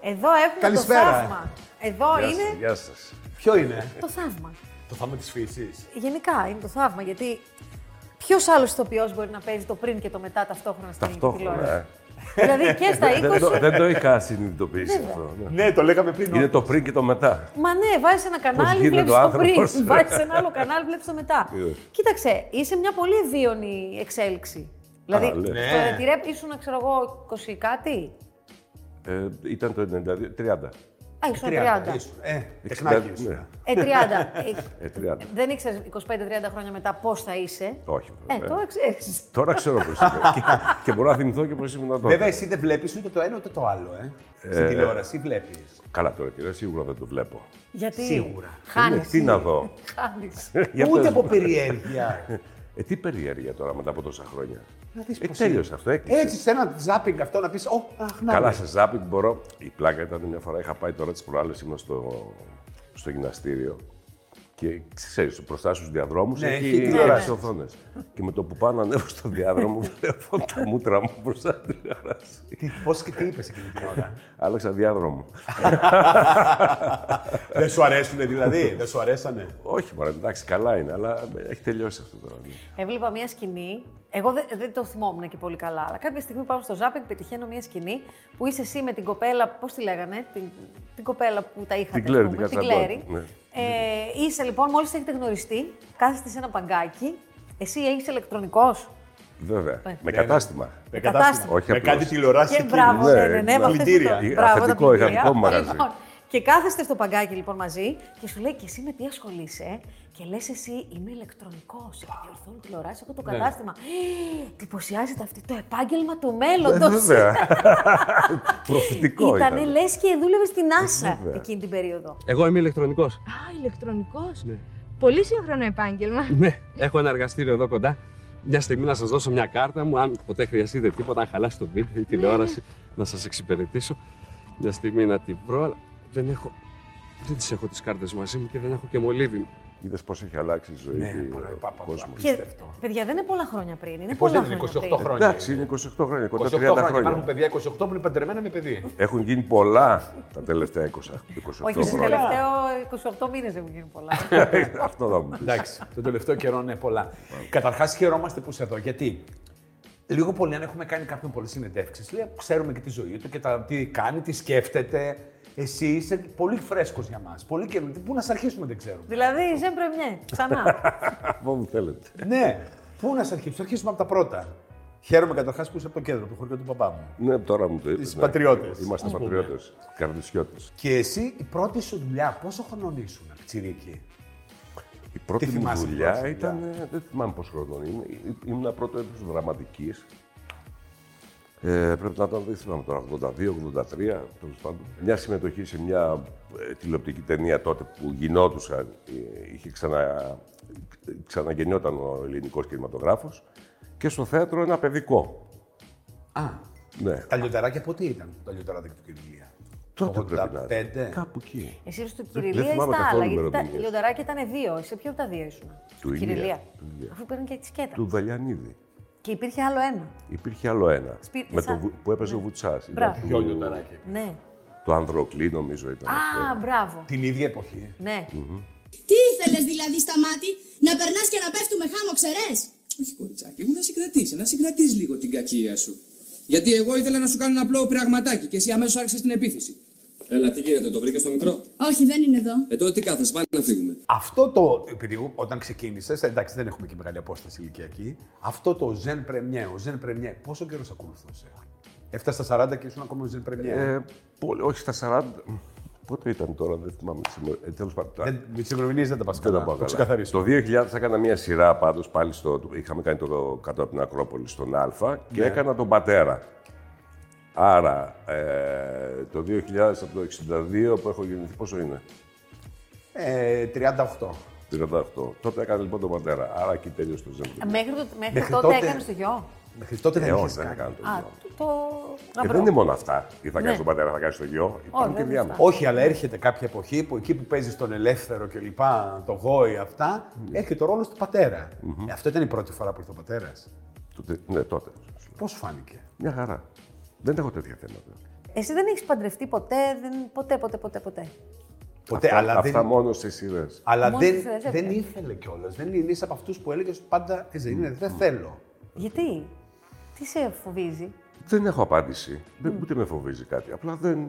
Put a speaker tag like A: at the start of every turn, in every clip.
A: Εδώ έχουμε
B: Καλησπέρα.
A: το θαύμα. Εδώ
C: Γεια
A: είναι
C: σας, Γεια σας.
B: Ποιο είναι
A: το θαύμα.
B: το θαύμα της φύσης.
A: Γενικά είναι το θαύμα, γιατί ποιος άλλος ηθοποιό μπορεί να παίζει το πριν και το μετά ταυτόχρονα στην
C: Ταυτόχρονα.
A: τηλεόραση.
C: ε.
A: Δηλαδή και στα 20.
C: Δεν το- Δεν το είχα συνειδητοποιήσει
A: Βέβαια.
C: αυτό. ναι.
B: Ναι, το λέγαμε πριν.
C: Είναι το πριν και το μετά.
A: Μα ναι, βάζεις ένα κανάλι,
C: γίνεται
A: βλέπεις
C: ο
A: το
C: άνθρωπος.
A: πριν. Βάζεις ένα άλλο κανάλι, βλέπεις το μετά.
C: Είδες.
A: Κοίταξε, είσαι μια πολύ ευίωνη εξέλιξη. Δηλαδή,
C: λες.
A: στο
B: Ναι.
A: Ρετυρέπ ήσουν, ξέρω εγώ, 20 κάτι.
C: Ε, ήταν το 92, 30.
A: Α, ήσουν 30.
B: ήσουν. Ε,
C: Ναι.
B: τεκνάκι ήσουν.
A: Ε, 30. Ε,
C: Ε, 30.
A: Δεν ήξερες 25-30 χρόνια μετά πώς θα είσαι.
C: Όχι,
A: Ε,
C: βέβαια.
A: τώρα ξέρεις.
C: Τώρα ξέρω πώς είναι. και, και μπορώ να θυμηθώ και πώς ήμουν τότε.
B: Βέβαια, εσύ δεν βλέπεις ούτε το ένα ούτε το άλλο. Ε. Στην τηλεόραση βλέπεις.
C: Καλά, τώρα κύριε, σίγουρα δεν το βλέπω.
A: Γιατί.
B: Σίγουρα.
A: Χάνει.
C: Ναι, τι να δω. Για
B: Ούτε
C: πες
B: από
C: μου.
B: περιέργεια.
C: Ε, τι περιέργεια τώρα μετά από τόσα χρόνια.
B: Να δεις
C: Ε,
B: πώς
C: τέλειωσε αυτό, έκλεισε.
B: Έτσι, σε ένα ζάπινγκ αυτό να πεις: Ω, αχ, να
C: Καλά,
B: ναι».
C: σε ζάπινγκ μπορώ. Η πλάκα ήταν μια φορά. Είχα πάει τώρα τι προάλλες, ήμουν στο, στο γυμναστήριο. Και ξέρεις, μπροστά στους διαδρόμους
B: Ναι, έχει
C: έχει
B: τηλεόραση.
C: οθόνες. και με το που πάω να ανέβω στο διάδρομο, βλέπω τα μούτρα μου μπροστά στην τηλεόραση.
B: Τι, πώς και τι είπες εκείνη την ώρα.
C: Άλλαξα διάδρομο.
B: δεν σου αρέσουν δηλαδή, δεν σου αρέσανε.
C: Όχι, μωρέ, εντάξει, καλά είναι, αλλά έχει τελειώσει αυτό τώρα. ναι.
A: Έβλεπα μια σκηνή. Εγώ δεν, δεν το θυμόμουν και πολύ καλά. Αλλά κάποια στιγμή πάω στο Ζάπινγκ, πετυχαίνω μια σκηνή που είσαι εσύ με την κοπέλα. Πώς τη λέγανε, την, την κοπέλα που τα είχατε.
C: Την Κλέρι,
A: ας πούμε, την
C: την Κασταμπόρ,
A: Κλέρι.
C: ναι.
A: Ε, είσαι λοιπόν, μόλις έχετε γνωριστεί, κάθεστε σε ένα παγκάκι. Εσύ έχεις ηλεκτρονικός.
C: Βέβαια.
A: Ναι.
C: με κατάστημα.
B: Με
A: κατάστημα.
B: κατάστημα.
C: Όχι
B: Με
C: απλώς.
B: κάτι τηλεοράσει.
A: Και μπράβο,
C: Ναι,
A: ναι, ναι, ναι,
C: ναι.
A: με αυτές
B: Πλυντήρια.
A: που τα-
C: Ή
A: Μπράβο, τα
C: αφεντικό,
A: πλυντήρια.
C: είχα δικό μου μαγαζί.
A: Λοιπόν, και κάθεστε στο παγκάκι λοιπόν μαζί και σου λέει και εσύ με τι ασχολείσαι. ε?» Και λες εσύ είμαι ηλεκτρονικός. Διορθώνω τηλεοράσει, έχω
B: Ναι.
A: το κατάστημα. Ε, Εντυπωσιάζεται αυτή το επάγγελμα του μέλλοντο.
C: Ε, Βέβαια. Προφητικό
A: Ήταν
C: ήταν. Ε,
A: λες και δούλευες στην NASA εκείνη την περίοδο.
D: Εγώ είμαι ηλεκτρονικός.
E: Α, ηλεκτρονικός. Πολύ σύγχρονο επάγγελμα.
D: Ναι, έχω ένα εργαστήριο εδώ κοντά. Μια στιγμή να σας δώσω μια κάρτα μου, αν ποτέ χρειαστείτε τίποτα, αν χαλάσει το βίντεο ή
C: Ναι.
D: τηλεόραση, να σας εξυπηρετήσω. Μια στιγμή να την βρω, αλλά δεν έχω. Δεν τις έχω τις κάρτες μαζί μου και δεν έχω και μολύβι μου.
C: Είδες πώς έχει αλλάξει η ζωή
B: Ναι,
C: του
B: πολλά, πα, πα,
C: κόσμου.
A: Και, παιδιά, δεν είναι πολλά χρόνια πριν. Είναι
B: πώς
A: πολλά
B: δεν είναι,
A: χρόνια
B: 28
A: πριν.
B: χρόνια.
C: Εντάξει, είναι 28 χρόνια,
B: 28
C: κοντά 30
B: χρόνια. Υπάρχουν
C: χρόνια.
B: παιδιά 28 που είναι παντρεμένα με παιδί.
C: Έχουν γίνει πολλά τα τελευταία 20, 28
A: Όχι, στο
C: χρόνια.
A: τελευταίο 28 μήνε δεν μου γίνει πολλά.
C: Αυτό θα μου πεις.
B: Εντάξει, τον τελευταίο καιρό είναι πολλά. Καταρχάς, χαιρόμαστε που είσαι εδώ. Γιατί λίγο πολύ, αν έχουμε κάνει κάποιον πολλέ συνεντεύξεις, λέει, ξέρουμε και τη ζωή του και τα, τι κάνει, τι σκέφτεται. Εσύ είσαι πολύ φρέσκος για μας. Πολύ καινούργιο. Πού να σε αρχίσουμε, δεν ξέρουμε.
A: δηλαδή, Ζεν Πρεμιέ, ξανά.
C: Από όπου θέλετε.
B: ναι, πού να σε αρχίσουμε. Θα αρχίσουμε από τα πρώτα. Χαίρομαι καταρχάς που είσαι από το κέντρο, από το χωριό του παπά μου.
C: Ναι, τώρα μου το είπες.
B: Τις
C: ναι.
B: πατριώτες,
C: Είμαστε
B: ας πούμε.
C: πατριώτες, καρδισιώτες.
B: Και εσύ η πρώτη σου δουλειά, πόσο χρονών ήσουν, Πτσιρίκη.
C: Η πρώτη
B: Τι
C: μου
B: θυμάσαι,
C: δουλειά
B: πρώτη
C: ήταν, ε, δεν θυμάμαι πόσο χρονών είναι, Ή- ήμουν πρώτο έτος δραματικής. Ε, πρέπει να ήταν, δεν θυμάμαι τώρα, 82-83, τέλος πάντων. Μια συμμετοχή σε μια ε, τηλεοπτική ταινία τότε που γινόντουσαν, ε, είχε ξανα, ξαναγεννιόταν ο ελληνικός κινηματογράφος και στο θέατρο ένα παιδικό.
B: Α,
C: Ναι,
B: τα λιωτεράκια πότε ήταν, τα λιωτεράκια του Κυριλία.
C: τότε πρέπει να
B: πέντε.
C: είναι. Κάπου εκεί.
A: Εσύ ήσουν του
C: Δεν- δεν
A: Κυριλία ή
C: θυμάμαι
A: στα
C: καθόλου
A: άλλα. Γιατί τα
C: ημερομηνίες.
A: λιονταράκια ήταν δύο. Εσύ ποιο από τα δύο ήσουν.
C: Του Ηλία, του Ηλία.
A: Αφού παίρνει και τη σκέτα.
C: Του Δαλιανίδη.
A: Και υπήρχε άλλο ένα.
C: Υπήρχε άλλο ένα.
A: Σπίτι
C: με
A: σαν- Ναι.
C: το, βου- που έπαιζε ο Βουτσάς.
A: Μπράβο.
B: Ποιο λιωτεράκι.
A: Ναι.
C: Το Ανδροκλή, νομίζω ήταν.
A: Α, μπράβο.
B: Την ίδια εποχή.
A: Ναι.
F: Τι ήθελες δηλαδή στα μάτι, να περνάς και να πέφτουμε χάμο ξερές.
G: Όχι, κοριτσάκι μου, να συγκρατήσει, να συγκρατήσει λίγο την κακία σου. Γιατί εγώ ήθελα να σου κάνω ένα απλό πειραγματάκι και εσύ αμέσως άρχισες την επίθεση. Έλα, τι γίνεται, το βρήκα στο μικρό.
F: Όχι, δεν είναι εδώ.
G: Ε, τότε τι κάθεσαι, πάλι να φύγουμε.
B: Αυτό το. Επειδή εγώ όταν ξεκίνησες, εντάξει, δεν έχουμε και μεγάλη απόσταση ηλικιακή. Αυτό το Zen Premier, ο Zen Premier, πόσο καιρός ακολουθούσε. Έφτασε στα 40 και ήσουν ακόμα Zen Premier.
C: Ε, πολύ- όχι στα 40. Πότε ήταν τώρα, δεν θυμάμαι. Ε, Τέλος πάντων. τα-
B: δεν, με τις ημερομηνίε δεν τα πας
C: δεν τα
B: καλά.
C: πάω
B: Το
C: καλά.
B: ξεκαθαρίσω.
C: Το 2000 έκανα μια σειρά πάντως πάλι στο. Είχαμε κάνει το κάτω από την Ακρόπολη στον Α και
B: Ναι.
C: έκανα τον πατέρα. Άρα ε, το 2000 από το 62 που έχω γεννηθεί, πόσο είναι,
B: Ε, 38.
C: 38. Τότε έκανα λοιπόν τον πατέρα. Άρα εκεί τελείωσε το ζέμπι.
A: Μέχρι, το, μέχρι,
B: Μέχρι
A: τότε,
B: τότε.
A: έκανες το γιο.
B: Μέχρι τότε
C: Ε,
B: δεν
C: όχι,
B: είχες
C: δεν
B: κάνει.
C: έκανα το
A: Α,
C: γιο.
A: το. το...
C: Ε,
A: γαμπρό.
C: δεν είναι μόνο αυτά. Ή θα κάνει
A: Ναι.
C: τον πατέρα, θα κάνεις τον γιο. Υπάρχουν και
A: δεν
C: διάφορα.
B: Όχι, αλλά έρχεται κάποια εποχή που εκεί που παίζεις τον ελεύθερο και λοιπά, το γόη, αυτά, έρχεται ο ρόλος του πατερα Ε, αυτό ήταν η πρώτη φορά που ήρθε ο πατέρας.
C: Τότε- Ναι, τότε.
B: Πώς σου φάνηκε.
C: Μια χαρά. Δεν έχω τέτοια θέματα.
A: Εσύ δεν έχεις παντρευτεί ποτέ, δεν... ποτέ, ποτέ, ποτέ, ποτέ.
B: Ποτέ,
C: αυτά,
B: αλλά
C: αυτά
B: δεν,
C: μόνο στις σειρές.
B: αλλά
A: Μόνο
B: δεν,
A: στις σειρές δεν
B: δεν
A: βγαίνει.
B: ήθελε κιόλας. Δεν είναι είσαι από αυτούς που έλεγες πάντα «Ε, δεν είναι, δεν θέλω.
A: Γιατί, τι σε φοβίζει.
C: Δεν έχω απάντηση. Δεν, ούτε με φοβίζει κάτι. Απλά δεν,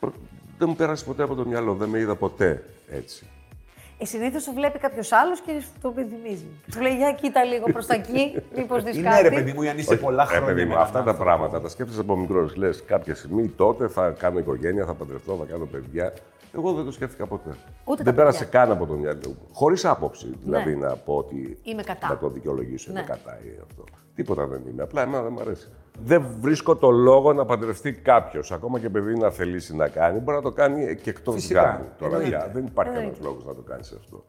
C: προ- δεν μου πέρασε ποτέ από το μυαλό. Δεν με είδα ποτέ έτσι.
A: Ε, Συνήθως σου βλέπει κάποιος άλλος και σου το υπενθυμίζει. Σου λέει, Για κοίτα λίγο προς τα εκεί, μήπως δεις
B: Είναι
A: κάτι.
B: ρε παιδί μου, ή αν είσαι πολλά
C: Ρε,
B: χρόνια.
C: ε, παιδί μου,
B: με
C: αυτά
B: έναν
C: τα
B: άνθρωπο.
C: πράγματα τα σκέφτεσαι από μικρός. Λες κάποια στιγμή τότε θα κάνω οικογένεια, θα παντρευτώ, θα κάνω παιδιά. Εγώ δεν το σκέφτηκα ποτέ.
A: Ούτε
C: δεν
A: τα
C: πέρασε
A: παιδιά.
C: καν από το μυαλό μου. Χωρίς άποψη. Δηλαδή να πω ότι.
A: Ναι. Είμαι κατά.
C: Να το δικαιολογήσω.
A: Ναι.
C: Είμαι κατά ή αυτό. Τίποτα δεν είμαι. Απλά εμένα δεν μου αρέσει. Δεν βρίσκω το λόγο να παντρευτεί κάποιος. Ακόμα και παιδί να θελήσει να κάνει, μπορεί να το κάνει και εκτός
B: Φυσικά.
C: γάμου. Τώρα
B: Εννοείται.
C: πια. Δεν υπάρχει κανένα
A: Εννοείται. Ναι.
C: λόγος να το κάνεις αυτό.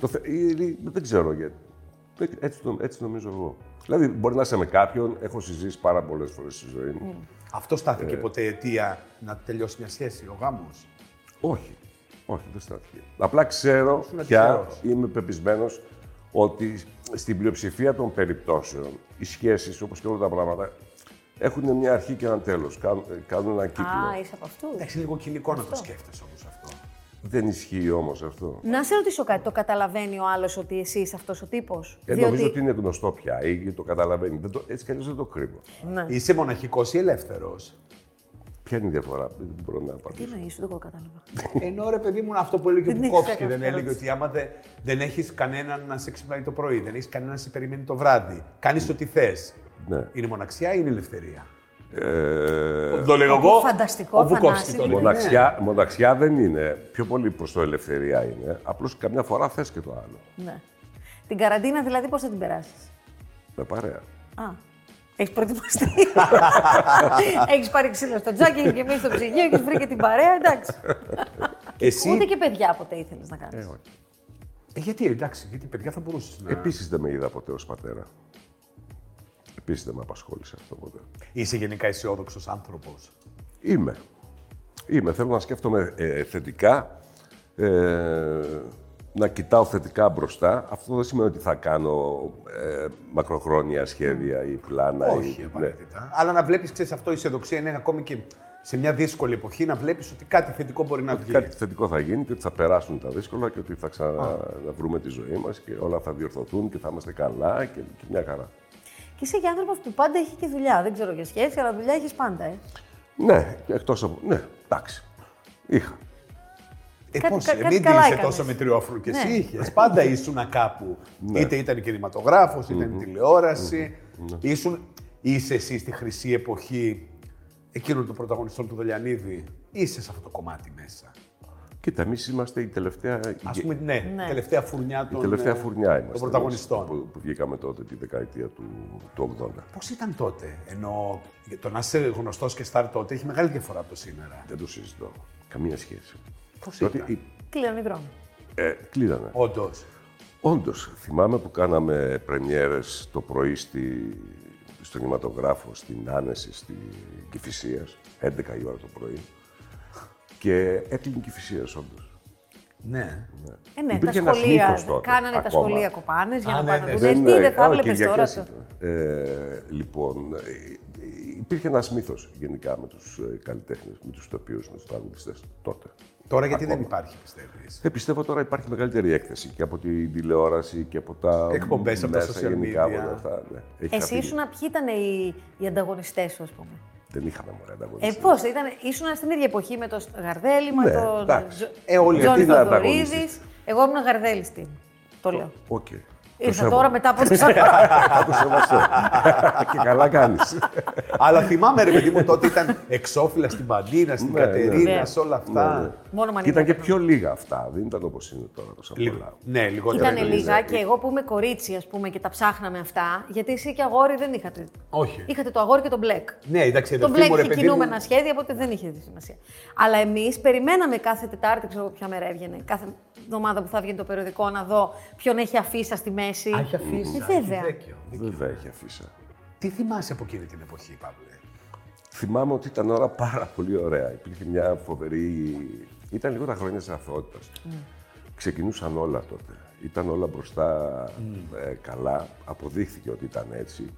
C: Το θε- ή- ή- Δεν ξέρω γιατί. Δεν- Έτσι, το- έτσι νομίζω εγώ. Δηλαδή, μπορεί να είσαι με κάποιον, έχω συζήσει πάρα πολλές φορές στη ζωή μου.
A: Ναι.
B: Αυτό
C: Ε.
B: στάθηκε ποτέ αιτία να τελειώσει μια σχέση, ο γάμος.
C: Όχι. Όχι, δεν στάθηκε. Απλά ξέρω
B: να
C: πια,
B: τυχερός.
C: είμαι πεπισμένος ότι στην πλειοψηφία των περιπτώσεων οι σχέσεις, όπως και όλα τα πράγματα, έχουν μια αρχή και ένα τέλος. Κάνουν, ε, κάνουν ένα κύκλο.
A: Α, ε. είσαι από αυτούς.
B: Εντάξει, είναι λίγο κοινικό να το σκέφτεσαι όμως αυτό.
C: Δεν ισχύει όμως αυτό.
A: Να σε ρωτήσω κάτι, το καταλαβαίνει ο άλλος ότι εσύ είσαι αυτός ο τύπος.
C: Ε, Νομίζω ότι είναι γνωστό πια ή το καταλαβαίνει. Δεν το, έτσι κι αλλιώς δεν το κρύβω.
A: Ναι.
B: Είσαι μοναχικός ή ελεύθερος.
C: Ποια είναι η διαφορά, δεν μπορώ να
A: Τι
C: απαντήσω.
A: εννοεί, δεν το κατάλαβα.
B: Ενώ ρε παιδί μου, αυτό που έλεγε ο
A: Δεν έχεις
B: Μπουκόφσκι,
A: κάνει
B: δεν
A: αυτή την
B: έλεγε
A: ερώτηση.
B: ότι άμα δεν, δεν έχεις κανέναν να σε ξυπνάει το πρωί, δεν έχεις κανέναν να σε περιμένει το βράδυ, κάνεις ό,τι θες.
C: Ναι.
B: Είναι μοναξιά ή είναι ελευθερία.
C: Ε,
B: το λέω εγώ.
A: Φανταστικό,
B: ο Μπουκόφσκι
A: Θανάση,
B: το λέει.
C: Μοναξιά, μοναξιά δεν είναι. Πιο πολύ προς το ελευθερία είναι. Απλώς καμιά φορά θες και το άλλο.
A: Ναι. Την καραντίνα δηλαδή πώς θα την περάσεις.
C: Με παρέα.
A: Α, έχεις προετοιμαστεί. έχεις πάρει ξύλο στο τζάκι και εμεί στο ψυγείο, έχεις βρει και την παρέα, εντάξει.
B: Εσύ.
A: Ούτε και παιδιά ποτέ ήθελες να κάνεις.
B: Ε, γιατί, εντάξει, γιατί παιδιά θα μπορούσες να.
C: Επίσης δεν με είδα ποτέ ως πατέρα. Επίσης δεν με απασχόλησε αυτό ποτέ.
B: Είσαι γενικά αισιόδοξος άνθρωπος.
C: Είμαι. Είμαι. Θέλω να σκέφτομαι ε, θετικά. Ε, να κοιτάω θετικά μπροστά. Αυτό δεν σημαίνει ότι θα κάνω ε, μακροχρόνια σχέδια ή πλάνα.
B: Όχι, ε,
C: ή, Ναι.
B: απαραίτητα. Αλλά να βλέπεις, ξέρεις, αυτό η αισιοδοξία είναι ακόμη και σε μια δύσκολη εποχή να βλέπεις ότι κάτι θετικό μπορεί να βγει.
C: Κάτι θετικό θα γίνει και ότι θα περάσουν τα δύσκολα και ότι θα ξαναβρούμε τη ζωή μας και όλα θα διορθωθούν και θα είμαστε καλά και, και μια χαρά.
A: Και είσαι και άνθρωπος που πάντα έχει και δουλειά. Δεν ξέρω για σχέση, αλλά δουλειά έχεις πάντα. Ε.
C: Ναι, εκτός από. Ναι, εντάξει. Είχα.
B: Ε,
A: Κάτι-
B: πώς,
A: κα-
B: ε,
A: κάτι
B: μην
A: καλά
B: είσαι
A: έκανες.
B: τόσο μετριόφρου και εσύ
A: Ναι.
B: είχες. Πάντα ήσουν κάπου. Είτε ήταν κινηματογράφος, ήταν τηλεόραση. Ήσουν, είσαι εσύ στη χρυσή εποχή εκείνων των πρωταγωνιστών του Δελιανίδη. Είσαι σε αυτό το κομμάτι μέσα.
C: Κοίτα, εμείς είμαστε η τελευταία.
B: Ας
C: η-
B: πούμε, ναι, η τελευταία φουρνιά
C: η
B: των,
C: τελευταία
B: ε,
C: φουρνιά είμαστε.
B: των
C: εμείς
B: πρωταγωνιστών.
C: Που, που βγήκαμε τότε τη δεκαετία του, του 80.
B: Πώς ήταν τότε, ενώ το να είσαι γνωστός και στάρ τότε έχει μεγάλη διαφορά από το σήμερα.
C: Δεν το συζητώ. Καμία σχέση.
B: Πώς
C: Τότε
B: ήταν.
C: η-
A: Κλείνω δρόμο.
C: ε, κλείδανε.
B: Όντως.
C: Όντως, θυμάμαι που κάναμε πρεμιέρες το πρωί στη, στο κινηματογράφο στην Άνεση στην Κυφυσία, 11 η ώρα το πρωί. Και έκλεινε η Κυφυσία, όντως.
B: Ναι.
A: Ε, ναι, τα
C: Υπήρχε ένας
A: σχολεία.
C: μύθος τότε,
A: Κάνανε τα
C: ακόμα.
A: σχολεία κοπάνες για
B: Α,
A: να
B: ναι,
A: πάνε
B: ναι.
A: να δουν. Ε, Τι δεν θα έβλεπε τώρα. το-
C: Ε, λοιπόν, ε, υπήρχε ένας μύθος γενικά με τους καλλιτέχνες, με τους τοπίους, με τους τραγουδιστές τότε.
B: Τώρα γιατί δεν υπάρχει, πιστεύεις.
C: Ε, πιστεύω τώρα υπάρχει μεγαλύτερη έκθεση και από την τηλεόραση και από τα.
B: Εκπομπές, από τα
C: μέσα
B: social
C: γενικά,
B: media.
C: από όλα αυτά, ναι. Έχει
A: Εσύ
C: χαθεί.
A: ήσουν, ποιοι ήταν οι, οι ανταγωνιστές σου, ας πούμε.
C: Δεν είχαμε μωρέ ανταγωνιστές.
A: Ε, πώς, ήταν, ήσουν στην ίδια εποχή με τον Γαρδέλη, με
C: Ναι,
A: τον
C: εντάξει.
A: Τζο-
B: Ε, όλοι
A: Τζόνι
C: αυτοί ήταν
A: Θοδωρίδη.
C: ανταγωνιστές.
A: Εγώ ήμουν Γαρδέλης στην. Το λέω.
C: Οκ.
A: Ήρθα τώρα μετά από τους άλλους.
C: Θα το σεβαστώ. και καλά κάνεις.
B: Αλλά θυμάμαι, ρε παιδί μου, τότε ήταν εξώφυλλα στην Παντίνα, στην
C: Ναι, ναι.
B: Κατερίνα,
A: Ναι.
B: σε όλα αυτά.
A: Μόνο
C: Και ήταν
A: μανίκια.
C: και πιο λίγα αυτά. Δεν ήταν όπως είναι τώρα τόσα πολλά.
B: Λίγο. Ναι, δηλαδή. λιγότερο.
A: Ήταν
C: Ήταν
A: λίγα
C: λίγα.
A: και εγώ που είμαι κορίτσι, ας πούμε, και τα ψάχναμε αυτά, γιατί εσύ και αγόρι δεν είχατε.
B: Όχι.
A: Είχατε το αγόρι και τον μπλεκ.
B: Ναι, εντάξει,
A: Το
B: αδερφή
A: μπλεκ
B: μου, ρε
A: είχε
B: παιδί μου.
A: κινούμενα σχέδια, οπότε δεν είχε σημασία. Αλλά εμείς περιμέναμε κάθε Τετάρτη, ξέρω εγώ ποια μέρα έβγαινε, κάθε εβδομάδα που θα βγαίνει το περιοδικό να δω ποιον έχει αφίσα στη μέση.
B: Α, είχε αφήσει.
A: Ε, βέβαια.
C: Βέβαια έχει αφήσα.
B: Τι θυμάσαι από εκείνη την εποχή,
A: Ε,
B: Παύλε.
C: Θυμάμαι ότι ήταν ώρα πάρα πολύ ωραία. Υπήρχε μια φοβερή. Ήταν λίγο τα χρόνια της αθωότητας.
A: Mm.
C: Ξεκινούσαν όλα
A: Mm.
C: τότε. Ήταν όλα μπροστά ε, καλά. Αποδείχθηκε ότι ήταν έτσι.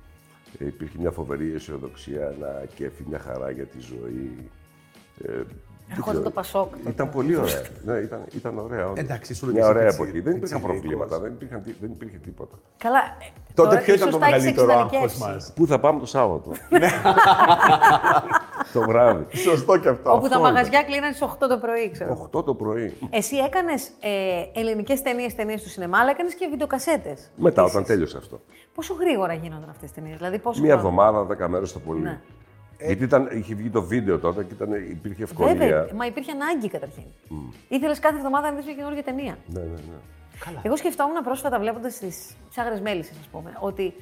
C: Ε, Υπήρχε μια φοβερή αισιοδοξία, ένα κέφι, μια χαρά για τη ζωή. Ε, δεν
A: Ερχόταν
C: ξέρω.
A: το Πασόκ τότε.
C: Ήταν πολύ ωραία. ναι, ήταν, ήταν ωραία. όντως.
B: Εντάξει, σου
C: μια
B: λέγες
C: ωραία
B: έτσι,
C: εποχή. Δεν υπήρχαν
B: έτσι,
C: προβλήματα,
B: λίγο.
C: δεν, υπήρχαν, τί- δεν υπήρχε τίποτα.
A: Καλά. ε,
B: Τότε
A: τώρα
B: ποιο ήταν
A: ίσως τα
B: το
A: έχεις
B: μεγαλύτερο άγχο
A: εξειδανικεύσει.
B: μα.
C: Πού θα πάμε το Σάββατο. το βράδυ.
B: Σωστό και αυτό.
A: Όπου τα μαγαζιά κλείνανε στις 8 το πρωί, ξέρω.
C: 8 το πρωί.
A: Εσύ έκανες ε, ελληνικές ταινίες, ταινίες του σινεμά, αλλά έκανες και βιντεοκασέτες.
C: Μετά, όταν τέλειωσε αυτό.
A: Πόσο γρήγορα γίνονταν αυτές τις ταινίες, δηλαδή πόσο.
C: Μία
A: χρόνο?
C: εβδομάδα, δέκα μέρες το πολύ.
A: Ναι.
C: Γιατί ήταν, είχε βγει το βίντεο τότε και ήταν, υπήρχε ευκολία.
A: Βέβαια, μα υπήρχε ανάγκη καταρχήν. Ήθελες κάθε εβδομάδα να δεις μια καινούργια ταινία.
C: Ναι, ναι, ναι.
A: Εγώ σκεφτόμουν πρόσφατα βλέποντας τις Άγρε Μέλισσες, ας πούμε, ότι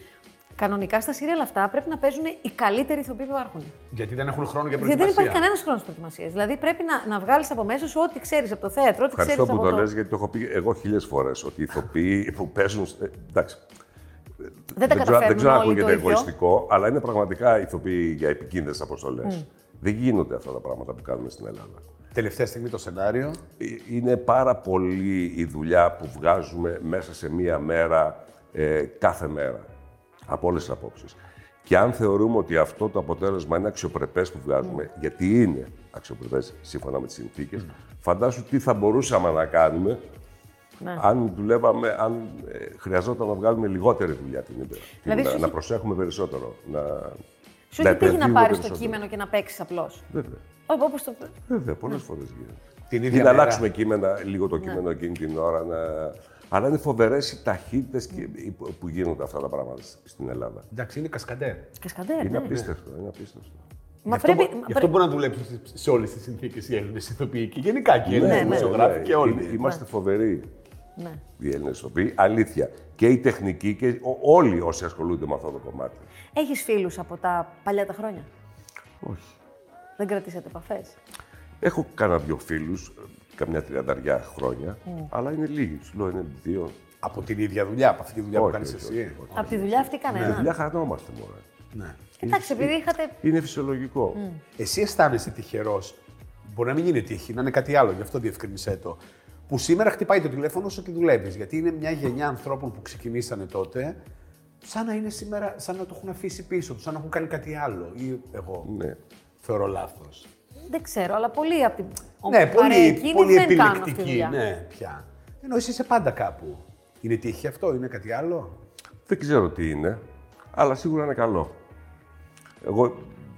A: κανονικά στα σύριαλ αυτά πρέπει να παίζουν οι καλύτεροι ηθοποιοί που υπάρχουν.
B: Γιατί δεν έχουν χρόνο για
A: Γιατί δεν
B: προετοιμασία.
A: υπάρχει κανένας χρόνος προετοιμασίας. Δηλαδή πρέπει να, να βγάλεις από μέσα σου ό,τι ξέρεις από το θέατρο, ό,τι ξέρει
C: Ευχαριστώ
A: από
C: που το
A: το.
C: λες, γιατί το έχω πει εγώ χίλιες φορές. Ότι οι ηθοποιοί που παίζουν. ε, Εντάξει.
A: δεν τα
C: ξέρω, δεν
A: καταφέρνουν
C: ξέρω αν
A: όλοι το
C: ακούγεται
A: ίδιο.
C: εγωιστικό, αλλά είναι πραγματικά ηθοποιοί για επικίνδυνες αποστολές.
A: Mm.
C: Δεν γίνονται αυτά τα πράγματα που κάνουμε στην Ελλάδα.
B: Τελευταία στιγμή το σενάριο.
C: Ε, Είναι πάρα πολύ η δουλειά που βγάζουμε μέσα σε μία μέρα, ε, κάθε μέρα, από όλες τις απόψεις. Και αν θεωρούμε ότι αυτό το αποτέλεσμα είναι αξιοπρεπές που
A: Ναι.
C: βγάζουμε, γιατί είναι αξιοπρεπές σύμφωνα με τις συνθήκες, φαντάσου τι θα μπορούσαμε να κάνουμε
A: Ναι.
C: αν δουλεύαμε, αν ε, χρειαζόταν να βγάλουμε λιγότερη δουλειά την ημέρα. Την
A: Δηλαδή,
C: ημέρα,
A: σου
C: να
A: έχει-
C: προσέχουμε περισσότερο. Να...
A: Σου έχει τύχει να
C: επενδύουμε
A: πάρεις το
C: περισσότερο.
A: κείμενο και να παίξεις απλώς.
C: Βέβαια,
A: Όπως το.
C: βέβαια
A: Ναι.
C: πολλές φορές γίνεται.
B: Την
C: Ή
B: ίδια
C: να
B: μέρα.
C: αλλάξουμε κείμενα, λίγο το κείμενο εκείνη την ώρα. Να... Αλλά είναι φοβερές οι ταχύτητες που γίνονται αυτά τα πράγματα σ- στην Ελλάδα.
A: Ναι.
B: Εντάξει, είναι κασκαντέρ.
A: Κασκαντέρ,
C: Είναι
A: ναι.
C: απίστευτο, είναι απίστευτο.
A: Μα
B: Γι' αυτό
A: πρέπει.
B: μπο-
A: μα
B: Γι' αυτό
A: πρέπει-
B: μπορούν να δουλέψουν στις- σε όλες τις συνθήκες οι Έλληνες ηθοποιοί και γενικά και οι Έλληνες
A: ναι, ναι.
B: δημοσιογράφοι και όλοι.
C: Είναι- Είμαστε φοβεροί
A: Ναι.
C: οι Έλληνες ηθοποιοί, αλήθεια. Και η τεχνική και ο- όλοι όσοι ασχολούνται με αυτό το κομμάτι.
A: Έχεις φίλους από τα παλιά τα χρόνια.
C: Όχι.
A: Δεν κρατήσατε επαφές.
C: Έχω κάνα δύο φίλους, καμιά τριανταριά χρόνια,
A: Ναι.
C: αλλά είναι λίγοι. Τους λέω είναι δύο.
B: Από την ίδια δουλειά, από αυτή τη δουλειά που
C: Όχι,
B: κάνεις
C: όχι,
B: εσύ. ε.
C: όχι, όχι.
A: Από τη δουλειά αυτή
C: Τη
A: κανένα.
C: δουλειά χανόμαστε μόνο.
B: Ναι. Ε,
A: Εντάξει, επειδή είχατε.
C: Είναι φυσιολογικό.
A: Ναι.
B: Εσύ αισθάνεσαι τυχερός. Μπορεί να μην είναι τύχη, να είναι κάτι άλλο, γι' αυτό διευκρινισέ το. Που σήμερα χτυπάει το τηλέφωνο σου και δουλεύεις. Γιατί είναι μια γενιά ανθρώπων που ξεκινήσανε τότε, σαν να είναι σήμερα, σαν να το έχουν αφήσει πίσω τους, σαν να έχουν κάνει κάτι άλλο. Ή εγώ
C: Ναι.
B: θεωρώ λάθος.
A: Δεν ξέρω, αλλά πολλοί από την.
B: Ναι,
A: παρέα
B: πολύ,
A: εκείνη
B: πολύ
A: δεν κάνουν αυτή τη
B: επιλεκτική.
A: δουλειά.
B: Ναι, πια. Ενώ εσύ είσαι πάντα κάπου. Είναι τύχη αυτό, είναι κάτι άλλο.
C: Δεν ξέρω τι είναι, αλλά σίγουρα είναι καλό. Εγώ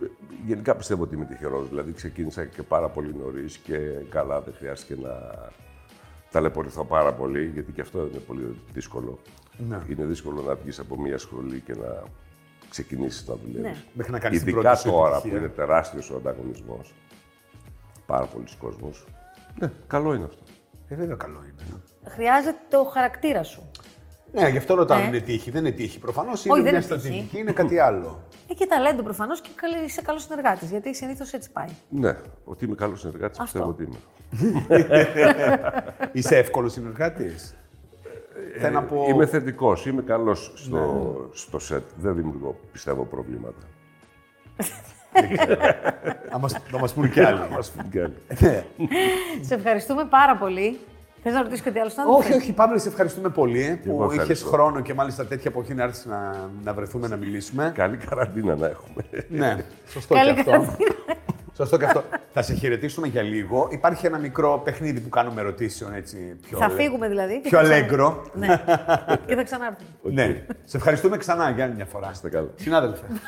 C: ε, γενικά πιστεύω ότι είμαι τυχερός, δηλαδή ξεκίνησα και πάρα πολύ νωρίς και καλά δεν χρειάστηκε να ταλαιπωρηθώ πάρα πολύ, γιατί και αυτό είναι πολύ δύσκολο.
B: Ναι.
C: Είναι δύσκολο να βγεις από μια σχολή και να ξεκινήσεις να δουλεύεις.
A: Ναι.
B: Μέχρι να κάνεις την
C: Ειδικά
B: πρώτη σου
C: τώρα
B: επιτυχία.
C: που είναι τεράστιος ο ανταγωνισμός, πάρα πολλοί κόσμος, ναι, καλό είναι αυτό.
B: Ε, βέβαια καλό είναι.
A: Χρειάζεται το χαρακτήρα σου.
B: Ναι, γι' αυτό ρωτάω
A: Ναι.
B: αν είναι τύχη. Δεν είναι τύχη. Προφανώς
A: δεν
B: είναι
A: είναι
B: μια
A: τύχη.
B: στρατηγική, είναι κάτι άλλο.
A: Ε, και ταλέντο προφανώς και καλή- είσαι καλός συνεργάτης. Γιατί συνήθως έτσι πάει.
C: Ναι, ότι είμαι καλός συνεργάτης,
A: Αυτό.
C: πιστεύω ότι είμαι.
B: Είσαι εύκολος συνεργάτης. Θέλω να πω.
C: Ε,
B: Ναι.
C: Είμαι θετικός, είμαι καλός στο, στο σετ. Δεν δημιουργώ, πιστεύω, προβλήματα.
B: Να μας, να μας πούν κι άλλοι.
C: Ας πούμε κι άλλοι.
B: Ναι.
A: Σε ευχαριστούμε πάρα πολύ. Θες να ρωτήσω κάτι άλλο, Στάνη?
B: όχι, όχι, Παύλε, σε ευχαριστούμε πολύ ε,
C: Εγώ
B: που είχε
C: ευχαριστώ.
B: χρόνο και μάλιστα τέτοια εποχή να έρθεις να, να βρεθούμε να μιλήσουμε.
C: Καλή καραντίνα να έχουμε.
B: ναι, σωστό
A: Καλή
B: και αυτό.
A: καραντίνα.
B: σωστό και αυτό. Θα σε χαιρετήσουμε για λίγο. Υπάρχει ένα μικρό παιχνίδι που κάνουμε ερωτήσεων έτσι πιο.
A: Θα
B: αλε-
A: φύγουμε δηλαδή. Ναι. και
B: Πιο
A: θα ξανα-
B: αλέγκρο.
A: Ναι. και θα ξανάρθουμε.
B: Ναι. Σε ευχαριστούμε ξανά για άλλη μια φορά.
C: καλά.
B: Συνάδελφε.